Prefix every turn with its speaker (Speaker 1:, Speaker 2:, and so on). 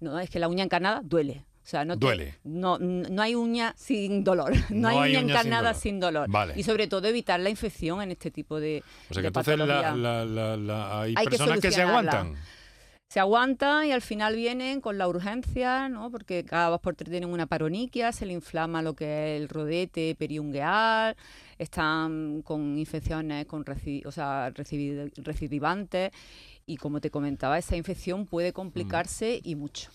Speaker 1: No, es que la uña encarnada duele. O sea, no te-
Speaker 2: Duele.
Speaker 1: no, no hay uña sin dolor. No, hay, uña encarnada sin dolor.
Speaker 2: Vale.
Speaker 1: Y sobre todo evitar la infección en este tipo de.
Speaker 2: O sea que
Speaker 1: de
Speaker 2: entonces la-
Speaker 1: patología.
Speaker 2: la- la- la- hay,
Speaker 1: Hay que
Speaker 2: personas que, se
Speaker 1: solucionarla.
Speaker 2: aguantan.
Speaker 1: Se aguantan y al final vienen con la urgencia, ¿no? Porque cada dos por tres tienen una paroniquia, se le inflama lo que es el rodete periungueal, están con infecciones con reci- o sea,
Speaker 2: Mm.
Speaker 1: recidiv- recidivantes y como te comentaba, esa infección puede complicarse y mucho.